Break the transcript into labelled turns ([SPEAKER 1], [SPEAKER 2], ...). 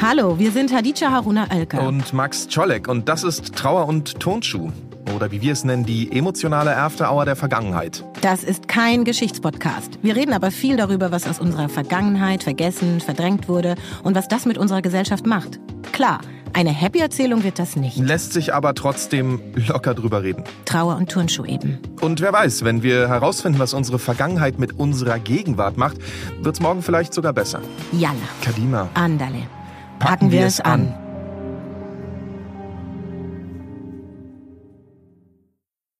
[SPEAKER 1] Hallo, wir sind Hadiza Haruna Alka.
[SPEAKER 2] Und Max Czolek. Und das ist Trauer und Turnschuh. Oder wie wir es nennen, die emotionale Erftauer der Vergangenheit.
[SPEAKER 1] Das ist kein Geschichtspodcast. Wir reden aber viel darüber, was aus unserer Vergangenheit vergessen, verdrängt wurde und was das mit unserer Gesellschaft macht. Klar, eine Happy-Erzählung wird das nicht.
[SPEAKER 2] Lässt sich aber trotzdem locker drüber reden.
[SPEAKER 1] Trauer und Turnschuh eben.
[SPEAKER 2] Und wer weiß, wenn wir herausfinden, was unsere Vergangenheit mit unserer Gegenwart macht, wird's morgen vielleicht sogar besser.
[SPEAKER 1] Yalla,
[SPEAKER 2] Kadima,
[SPEAKER 1] Andale.
[SPEAKER 2] packen wir es an.